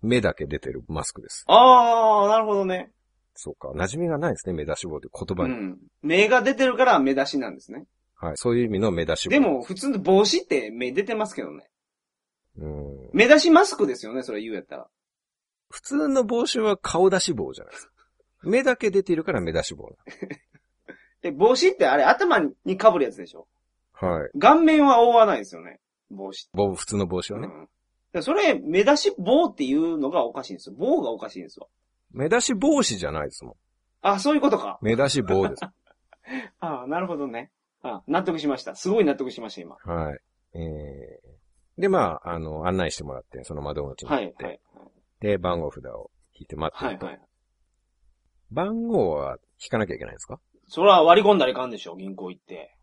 B: 目だけ出てるマスクです。
C: あー、なるほどね。
B: そうか。馴染みがないですね、目出し棒って言葉
C: う
B: に。
C: ん。目が出てるから目出しなんですね。
B: はい、そういう意味の目出し帽。
C: で、も、普通の帽子って目出てますけどね。
B: うん、
C: 目出しマスクですよね、それ言うやったら。
B: 普通の帽子は顔出し帽じゃないですか。目だけ出ているから目出し帽。
C: で、帽子ってあれ頭に被るやつでしょ
B: はい。
C: 顔面は覆わないですよね。帽子って。
B: 帽普通の帽子は
C: う
B: ね。
C: ん。でそれ、目出し棒っていうのがおかしいんですよ。棒がおかしいんですよ。
B: 目出し帽子じゃないですもん。
C: あ、そういうことか。
B: 目出し帽です。 <laughs>
C: ああ、なるほどね。あ納得しました。すごい納得しました、今。
B: はい。えー、で、まあ、あの、案内してもらって、その窓口に
C: は
B: 行
C: い
B: っ、て、
C: はい。
B: で、番号札を引いて待って
C: は
B: る
C: い、
B: と。
C: はい。
B: 番号は引かなきゃいけないんですか
C: それは割り込んだらいかんでしょ、銀行行って。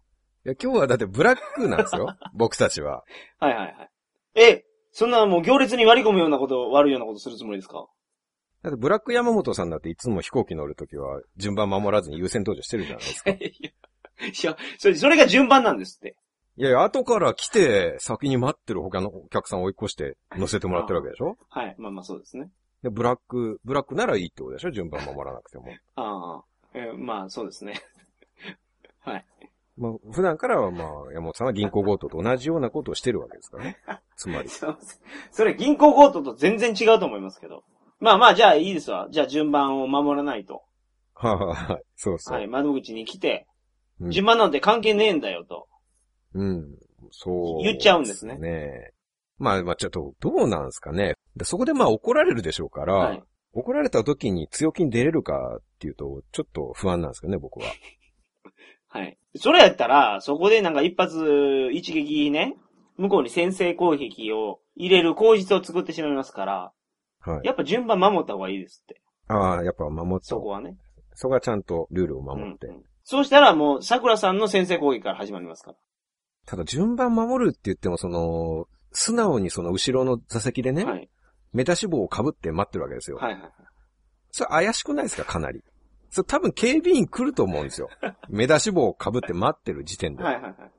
B: いや、今日はだってブラックなんです
C: <laughs>
B: よ。僕たちは。
C: はい、はい、はい。え、そんなもう行列に割り込むようなこと、悪いようなことするつもりですか <laughs>
B: だってブラック山本さんだっていつも飛行機乗るときは順番守らずに優先登場してるじゃない
C: <laughs>
B: ですか。
C: いや、いや、それ、それが順番なんですって。
B: いやいや、後から来て、先に待ってる他のお客さんを追い越して乗せてもらってるわけでしょ
C: はい。まあまあそうですね。
B: で、ブラック、ブラックならいいってことでしょ順番守らなくても。
C: ああ、えーまあそうですね。 <laughs> はい。 <laughs>
B: まあ、普段からはまあ、山本さんは銀行強盗と同じようなことをしてるわけです
C: <laughs>
B: からね。つまり。
C: そうそれ銀行強盗と全然違うと思いますけど。まあまあ、じゃあいいですわ。じゃあ順番を守らないと。
B: はいはいはい。そうそう。
C: はい。窓口に来て、
B: うん
C: 順番なんて関係ねえんだよと。
B: うん。そう、
C: 言っちゃうんですね
B: ねまあまあちょっと、どうなんですかね。でそこでまあ怒られるでしょうから、
C: はい。
B: 怒られた時に強気に出れるかっていうと、ちょっと不安なんですけどね、僕は。
C: はい。それやったら、そこでなんか一発、一撃ね、向こうに先制攻撃を入れる口実を作ってしまいますから、
B: はい。
C: やっぱ順番守った方がいいですって。
B: ああ、やっぱ守って
C: そこはね。
B: そこはちゃんとルールを守って。
C: うんうんそうしたらもう、桜さんの先制攻撃から始まりますから。
B: ただ順番守るって言っても、その、素直にその後ろの座席でね、
C: はい。
B: メタ脂肪を被って待ってるわけですよ。
C: はいはい。
B: それ怪しくないですか、かなり。それ多分警備員来ると思うん
C: <laughs>
B: ですよ。メタ脂肪を被って待ってる時点で。
C: はいはいはいはい。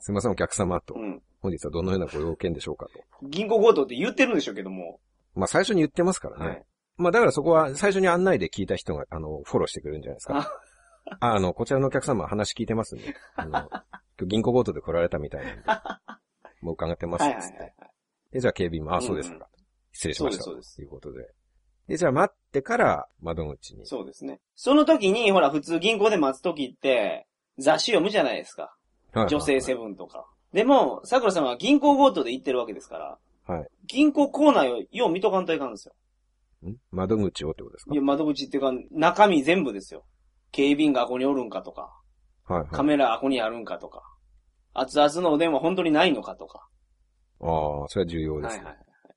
B: すいません、お客様と。
C: うん。
B: 本日はどのようなご要件でしょうかと。
C: 銀行強盗って言ってるんでしょうけども。
B: まあ最初に言ってますからね。
C: はい。
B: まあだからそこは最初に案内で聞いた人が、あの、フォローしてくれるんじゃないですか。ああの、こちらのお客様話聞いてますね。あ
C: <laughs>
B: の、今日銀行強盗で来られたみたいなんで。もう伺ってます
C: は
B: っ
C: い
B: つっ
C: は
B: て。
C: いはい。
B: で、じゃあ警備員も、あ、
C: うんうん
B: そうですか。失礼しました。
C: そうです
B: ということで。で、じゃあ待ってから窓口に。
C: そうですね。その時に、ほら、普通銀行で待つ時って、雑誌読むじゃないですか。
B: はいはいはい
C: 女性セブンとか。でも、桜さんは銀行強盗で行ってるわけですから。
B: はい。
C: 銀行構内をよう見とかんといかんですよ。
B: ん窓口をってことですか
C: いや、窓口っていうか、中身全部ですよ。警備員があこにおるんかとか、
B: はいはい。
C: カメラあこにあるんかとか、熱々のお電話本当にないのかとか。
B: ああ、それは重要で
C: はい
B: す
C: は
B: ね。
C: い。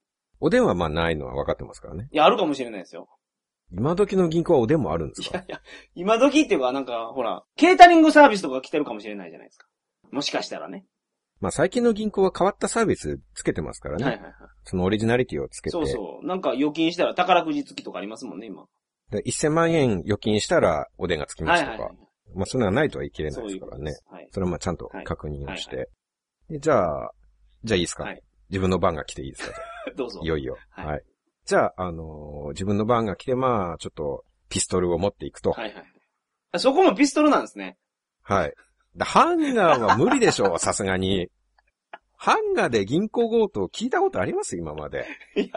B: お電話まあないのは分かってますからね。
C: いや、あるかもしれないですよ。
B: 今時の銀行はお電話あるんです
C: い
B: か
C: やいや、今時っていうか、なんか、ほら、ケータリングサービスとか来てるかもしれないじゃないですか。もしかしたらね。
B: まあ最近の銀行は変わったサービスつけてますから
C: はい
B: ね。
C: はいはい。
B: そのオリジナリティをつけて。
C: そうそう。なんか預金したら宝くじ付きとかありますもんね、今。
B: で1000万円預金したらお電がつきま
C: は
B: す
C: い
B: とか。
C: はいはい。
B: まあそんなのはないとは言い切れない
C: そう
B: です
C: いう
B: か
C: こ
B: ら
C: とで
B: ね。
C: す。はい。
B: それはまあちゃんと確認をして。でじゃあ、じゃあいいですか、
C: はい
B: 自分の番が来ていいですか
C: どうぞ。
B: いよいよ。
C: はい
B: はい。じゃあ、あのー自分の番が来て、まあ、ちょっと、ピストルを持っていくと。
C: はいはいあ。そこもピストルなんですね。
B: はい。でハンガーは無理でし
C: <laughs>
B: ょう、さすがに。ハンガーで銀行強盗聞いたことあります今まで。
C: いや、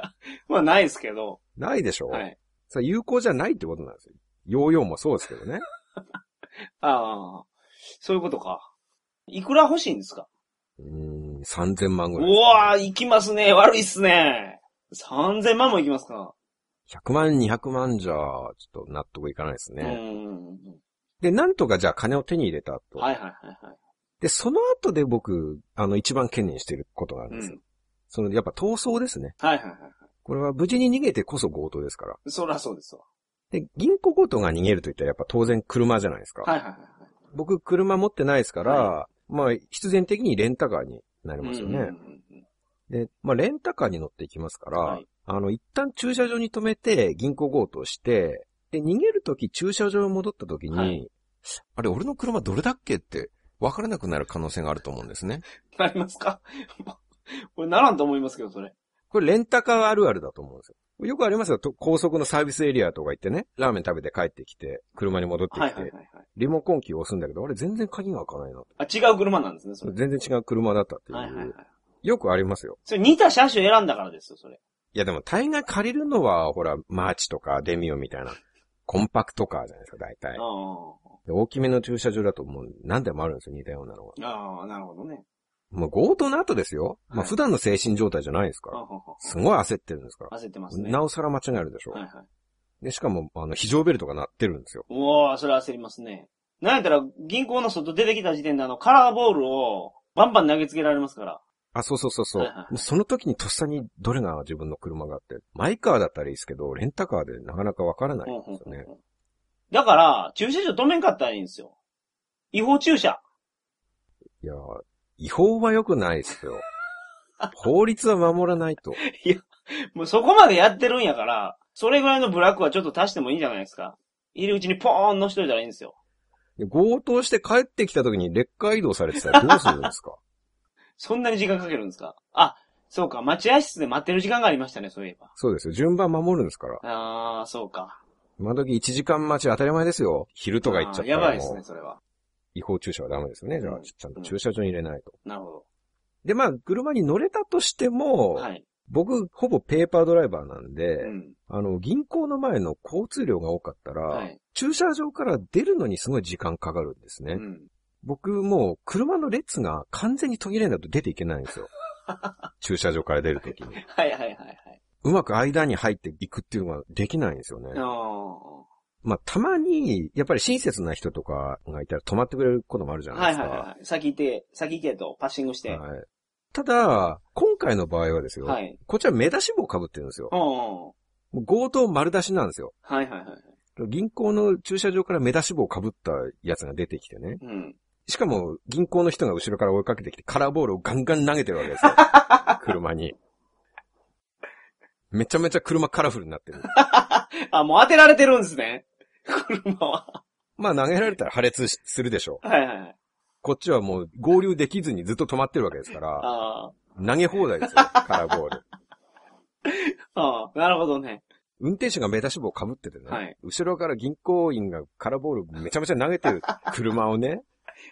C: まあないですけど。
B: ないでしょう、
C: はい。
B: それ有効じゃないってことなんですよ。ヨーヨーもそうですけどね。
C: ああ、そういうことか。いくら欲しいんですか
B: うーん、3000万ぐ
C: う
B: らい。
C: わー、行きますね。悪いっすね。3000万も行きますか。
B: 100万、200万じゃ、ちょっと納得いかないです
C: うー
B: ね。
C: ん。
B: で、なんとかじゃあ金を手に入れた後。
C: はいはいはいはい。
B: で、その後で僕、あの、一番懸念してることがあるん
C: う
B: ですよ。
C: ん。
B: その、やっぱ逃走ですね。
C: はいはいはい。
B: これは無事に逃げてこそ強盗ですから。
C: そらそうですわ。
B: で、銀行強盗が逃げると言ったらやっぱ当然車じゃないですか。
C: はいはいはいはい。
B: 僕、車持ってないですから、まあ、必然的にレンタカーになりますよね。
C: うんうんうん
B: で、まあ、レンタカーに乗っていきますから、
C: はい
B: あの、一旦駐車場に止めて、銀行強盗して、で、逃げるとき、駐車場に戻ったときに、
C: はい
B: あれ、俺の車どれだっけって、分からなくなる可能性があると思うんですね。
C: なりますか <laughs> 俺ならんと思いますけど、それ。
B: これ、レンタカーあるあるだと思うんですよ。よくありますよ。と高速のサービスエリアとか行ってね、ラーメン食べて帰ってきて、車に戻ってきて、
C: はいはいはいはい。
B: リモコンキーを押すんだけど、あれ、全然鍵が開かないな。
C: あ、違う車なんですね、それ。
B: 全然違う車だったっていう。
C: はいはいはい。
B: よくありますよ。
C: それ似た車種選んだからですよ、それ。
B: いやでも大概借りるのは、ほら、マーチとかデミオみたいな、コンパクトカーじゃないですか、大体
C: あ。
B: で大きめの駐車場だともう何でもあるんですよ、似たようなのが。
C: あ、ああ、なるほどね。
B: もう強盗の後ですよ。ま
C: は
B: あ
C: い
B: 普段の精神状態じゃないですか
C: あ
B: ら。
C: ああ
B: すごい焦ってるんですか
C: あ焦ってます
B: ら。
C: ね。
B: なおさら間違えるでしょ
C: はい。はい。
B: で、しかも、あの、非常ベルトが鳴ってるんですよ。
C: おー、それ焦りますね。なんやったら、銀行の外出てきた時点であの、カラーボールを、バンバン投げつけられますから。
B: あ、そうそうそうそう。
C: はいはいはい
B: もうその時にとっさにどれが自分の車があって、マイカーだったらいいですけど、レンタカーでなかなかわからないんですよね。
C: だから、駐車場止めんかったらいいんですよ。違法駐車。
B: いやー、違法は良くないです
C: <laughs>
B: よ。法律は守らないと。
C: もうそこまでやってるんやから、それぐらいのブラックはちょっと足してもいいんじゃないですか。入り口にポーン乗しといたらいいんですよ。
B: で強盗して帰ってきた時にレッカー移動されてたらどうするん
C: <laughs>
B: ですか
C: そんなに時間かけるんですかあ、そうか、待合室で待ってる時間がありましたね、そういえば。
B: そうですよ。順番守るんですから。
C: あー、そうか。
B: 今時1時間待ち当たり前ですよ。昼とか行っちゃった
C: あーやば
B: ら
C: いです
B: も
C: ね、
B: う
C: それは。
B: 違法駐車はダメですよね。じゃ
C: う
B: あ
C: ん
B: ちゃんと駐車場に入れないと。
C: なるほ
B: で、まあ、車に乗れたとしても、
C: ど。はい。
B: 僕、ほぼペーパードライバーなんで、
C: うん。
B: あの、銀行の前の交通量が多かったら、
C: はい。
B: 駐車場から出るのにすごい時間かかるんですね。
C: うん。
B: 僕もう車の列が完全に途切れないと出ていけないん
C: <laughs>
B: ですよ。駐車場から出るときに。
C: はいはいはいはい。
B: うまく間に入っていくっていうのができないんですよね
C: あ。ー。
B: まあ、たまに、やっぱり親切な人とかがいたら止まってくれることもあるじゃな
C: はいい
B: です
C: は
B: か。
C: いはい。先行って、先行けと、パッシングして。は
B: はいただ、今回の場合はです
C: い。
B: よ。
C: はい。
B: こっちは目出し帽を被ってるんですよ
C: う。んうんうん。
B: もう強盗丸出しなんですよ。
C: はいはいはいはい。
B: 銀行の駐車場から目出し帽を被ったやつが出てきてね。
C: うん。
B: しかも、銀行の人が後ろから追いかけてきて、カラーボールをガンガン投げてるわけです
C: <laughs>
B: よ。車に。めちゃめちゃ車カラフルになってる。
C: あ、もう当てられてるんですね。 <laughs> 車は。
B: まあ投げられたら破裂しするでしょう。
C: はいはいはい。
B: こっちはもう合流できずにずっと止まってるわけですから、
C: あ
B: 投げ放題です
C: <laughs>
B: よ、カラーボール。
C: あ。ああ。なるほどね。
B: 運転手が目出し帽を被っててね、
C: はい
B: 後ろから銀行員がカラーボールめちゃめちゃ投げてる車を
C: <laughs>
B: ね、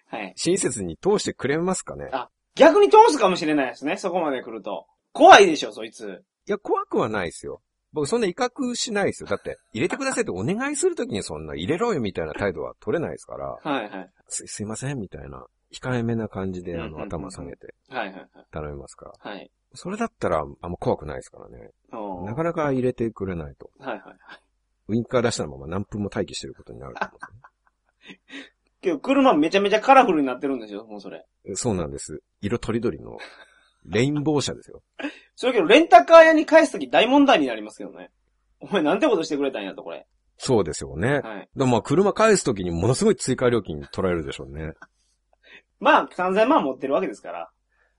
C: はい。
B: 親切に通してくれますかね
C: あ逆に通すかもしれないですね、そこまで来ると。怖いでしょ、そいつ。
B: いや、怖くはないですよ。僕そんな威嚇しないですよ。だって、入れてくださいってお願いするときにそんな入れろよみたいな態度は取れないですから、
C: はいはい。
B: す、すいませんみたいな、控えめな感じであ
C: うんうんうん
B: の
C: うん
B: 頭下げて
C: はいはいはい。
B: 頼みますから。
C: はい。
B: それだったらあんま怖くないですからね。
C: おー
B: なかなか入れてくれないと。
C: はいはい。
B: ウインカー出したまま何分も待機してることになると思うんです
C: けど、車めちゃめちゃカラフルになってるんですよ、もうそれ。
B: ね、そうなんです。色とりどりの、レインボー車ですよ。
C: それけど、レンタカー屋に返すとき大問題になりますけどね。お前なんてことしてくれたんやと、これ。
B: そうですよね。
C: はい。
B: でもまあ車返すときにものすごい追加料金取られるでしょうね。
C: まあ、3000万持ってるわけですから。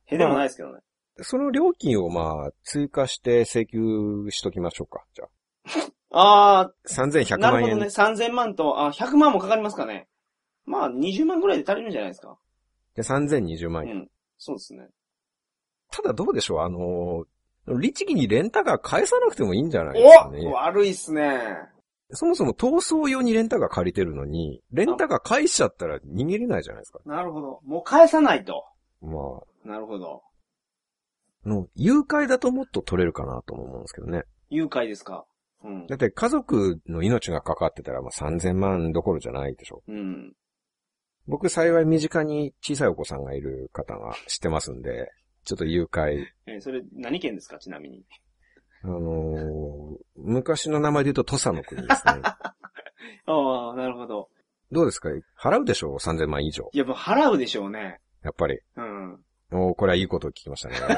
C: へでもないですけどね。
B: その料金をまあ追加して請求しときましょうか。じゃあ。
C: ああ、
B: 3100
C: なる
B: 万
C: ほど
B: 円。
C: ね。3000万と、あ、100万もかかりますかね。まあ、20万ぐらいで足りるんじゃないですか。
B: で、3020万円。
C: うん。そうですね。
B: ただどうでしょうあのー律儀にレンタカー返さなくてもいいんじゃないですか
C: お
B: ね。
C: 悪いっすね。
B: そもそも逃走用にレンタカー借りてるのに、レンタカー返しちゃったら逃げれないじゃないですか。
C: なるほど。もう返さないと。
B: ま
C: なるほど。
B: あ、の、誘拐だともっと取れるかなとも思うんですけどね。
C: 誘拐ですか。うん
B: だ。って家族の命がかかってたら、まあ、3000万どころじゃないでしょ。
C: うん。
B: 僕幸い身近に小さいお子さんがいる方が知ってますんで、ちょっと誘拐。
C: えーそれ、何県ですかちなみに。
B: あのー昔の名前で言うと土佐の国です <laughs> ね。
C: ああ、なるほど。
B: どうですか払うでしょう ?3000 万以上。
C: いや、もう払うでしょうね。
B: やっぱり。
C: うん。
B: おーこれはいいことを聞きましたね。 <laughs>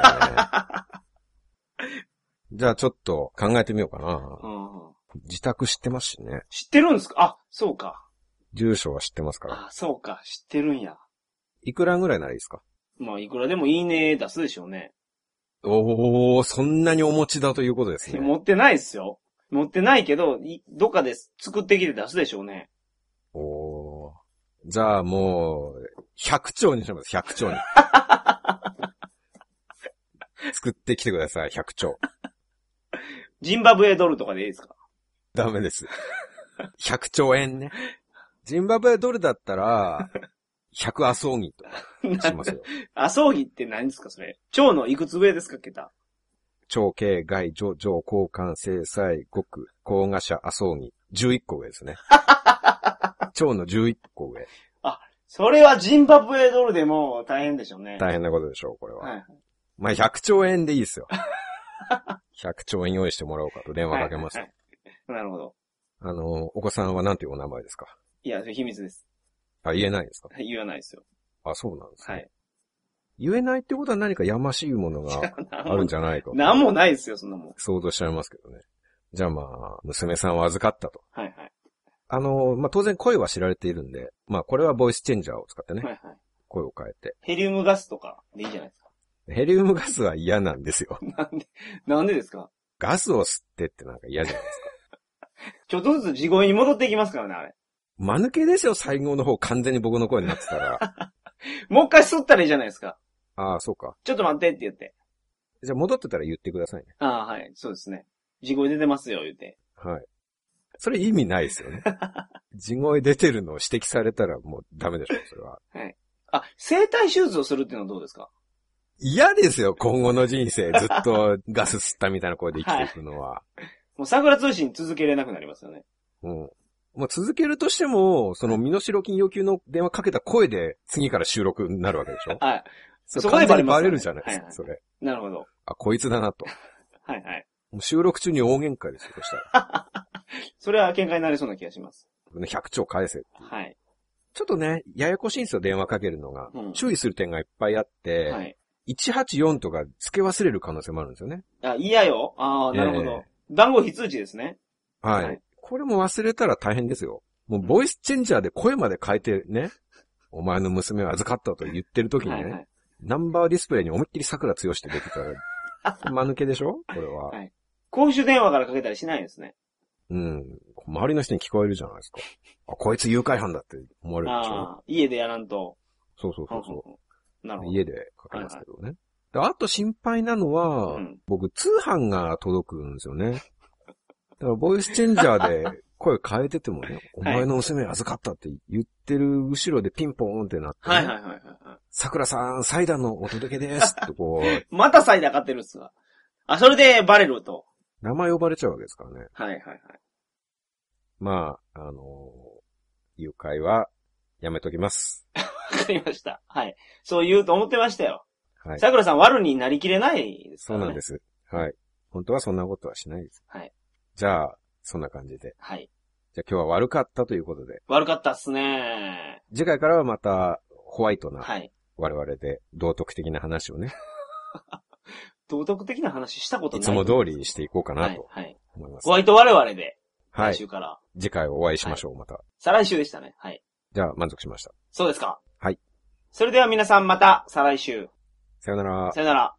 B: じゃあちょっと考えてみようかな。
C: うん、
B: 自宅知ってますしね。
C: 知ってるんですかあ、そうか。
B: 住所は知ってますから。
C: あ、そうか。知ってるんや。
B: いくらぐらいならいいですか
C: まあ、いくらでもいいね出すでしょうね。
B: おー、そんなにお持ちだということですね。
C: 持ってないっすよ。持ってないけど、いどっかで作ってきて出すでしょうね。
B: おー。じゃあもう、100兆にします、100兆に。作ってきてください、100兆。
C: ジンバブエドルとかでいいですか
B: ダメです。100兆円ね。ジンバブエドルだったら、100アソーギとしますよ。
C: あ、葬儀って何ですかそれ。蝶のいくつ上ですか桁。
B: 超軽外、上、上、交換、制裁、極、高賀社、麻生に、11個上ですね。超の11個上。
C: それはジンバブエドルでも大変でしょうね。
B: 大変なことでしょう、これは。
C: はい。
B: まあ、100兆円でいいですよ。100兆円用意してもらおうかと電話
C: はい
B: かけます。
C: はいなるほど。
B: あの、お子さんはなんていうお名前ですか
C: いや、それ秘密です。
B: あ、言えないんですか
C: はい言わないですよ。
B: あ、そうなんですね。
C: はい。
B: 言えないってことは何かやましいものが
C: な
B: あるんじゃない
C: <laughs>
B: かと。
C: なんもないですよ、そんなもん。
B: 想像しちゃいますけどね。じゃあまあ、娘さんを預かったと。
C: はいはい。
B: あの、まあ当然声は知られているんで、まあこれはボイスチェンジャーを使ってね、
C: はいはい。
B: 声を変えて。
C: ヘリウムガスとかでいいじゃないですか。
B: ヘリウムガスは嫌なんですよ。 <laughs>
C: なんでですか
B: ガスを吸ってってなんか嫌じゃないですか。
C: ちょっとずつ地声に戻っていきますからね、あれ。
B: 間抜けですよ、最後の方完全に僕の声になってたら。
C: もう一回吸ったらいいじゃないですか。
B: ああ、そうか。
C: ちょっと待ってって言って。
B: じゃあ戻ってたら言ってくださいね。
C: ああ、はい。そうですね。地声出てますよ、言って。
B: はい。それ意味ないですよね。地声出てるのを指摘されたらもうダメでしょ、それは。
C: あ、生体手術をするっていうのはどうですか
B: 嫌ですよ、今後の人生。ずっとガス吸ったみたいな声で生きていくのは。
C: もう桜通信続けれなくなりますよね。
B: うん。まあ、続けるとしても、その身代金要求の電話かけた声で次から収録になるわけでし
C: <laughs>
B: ょ
C: はい。
B: そ
C: そこでバレます
B: 完全にバレ
C: よね
B: るじゃないですか、
C: はいはい
B: それ。
C: なるほど。
B: あ、こいつだなと。
C: はいはい。
B: もう収録中に大喧嘩ですよ、そしたら。
C: それは喧嘩になりそうな気がします。
B: 100兆返せ。
C: はい。
B: ちょっとね、ややこしいんですよ、電話かけるのが。
C: うん
B: 注意する点がいっぱいあって、
C: はい。
B: 184とか付け忘れる可能性もあるんですよね。
C: あ、嫌よ。ああ、なるほど。
B: え
C: 番号非通知ですね。
B: はい。
C: はい
B: これも忘れたら大変ですよ。もうボイスチェンジャーで声まで変えてね、お前の娘を預かったと言ってる時にね、
C: はいはい。
B: ナンバーディスプレイに思いっきり桜強して出てたら、間抜けでしょこれは。
C: はい公衆電話からかけたりしないですね。
B: うん。周りの人に聞こえるじゃないですか。あ、こいつ誘拐犯だって思われるでしょ
C: ああ、家でやらんと。
B: そうそうそうそ
C: なる
B: う。
C: ほど。
B: 家でかけますけどね。であと心配なのは、
C: うん
B: 僕、通販が届くんですよね。だから、ボイスチェンジャーで声変えててもね、お前の娘預かったって言ってる後ろでピンポーンってなって、ね
C: はいはいはいはいはい。
B: 桜さん、サイダーのお届けですってこ
C: <laughs>
B: う、
C: またサイダー買ってるっすわ。あ、それでバレると。
B: 名前呼ばれちゃうわけですからね。
C: はいはいはい。
B: まあ、あのー誘拐はやめときます。
C: わかりました。はい。そう言うと思ってましたよ。
B: はい。
C: 桜さん悪になりきれないです
B: そ
C: か
B: う
C: らね。。
B: なんですす。はい。本当はそんなことはしないです。
C: はい。
B: じゃあ、そんな感じで。
C: はい。
B: じゃあ今日は悪かったということで、
C: 悪かったっすね。
B: 次回からはまたホワイトな
C: はい。
B: 我々で道徳的な話をね、
C: 道徳的な話したこと
B: い
C: ない。
B: つも通りしていこうか
C: は
B: ないと。
C: はい。
B: 思います。
C: ホワイト我々で、
B: は
C: 来
B: い。
C: 週から。
B: 次回お会いしましょう、また。
C: 再来週でしたね。はい。
B: じゃあ満足しました。
C: そうですか。
B: はい。
C: それでは皆さんまた、再来週。
B: さよなら。
C: さよなら。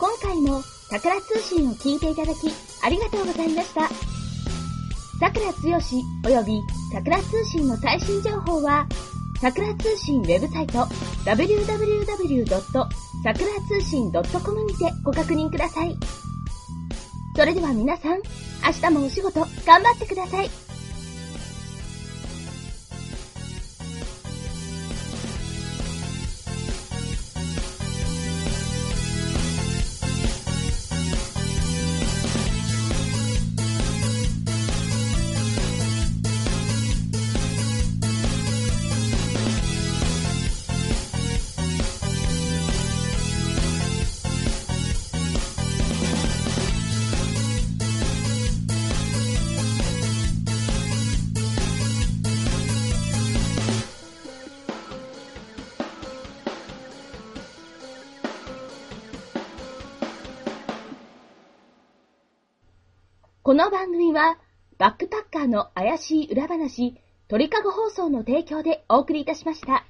A: 今回も桜通信を聞いていただきありがとうございました。桜つよし及び桜通信の最新情報は桜通信ウェブサイト www. 桜通信 .com にてご確認ください。それでは皆さん、明日もお仕事頑張ってください。この番組は、バックパッカーの怪しい裏話、鳥かご放送の提供でお送りいたしました。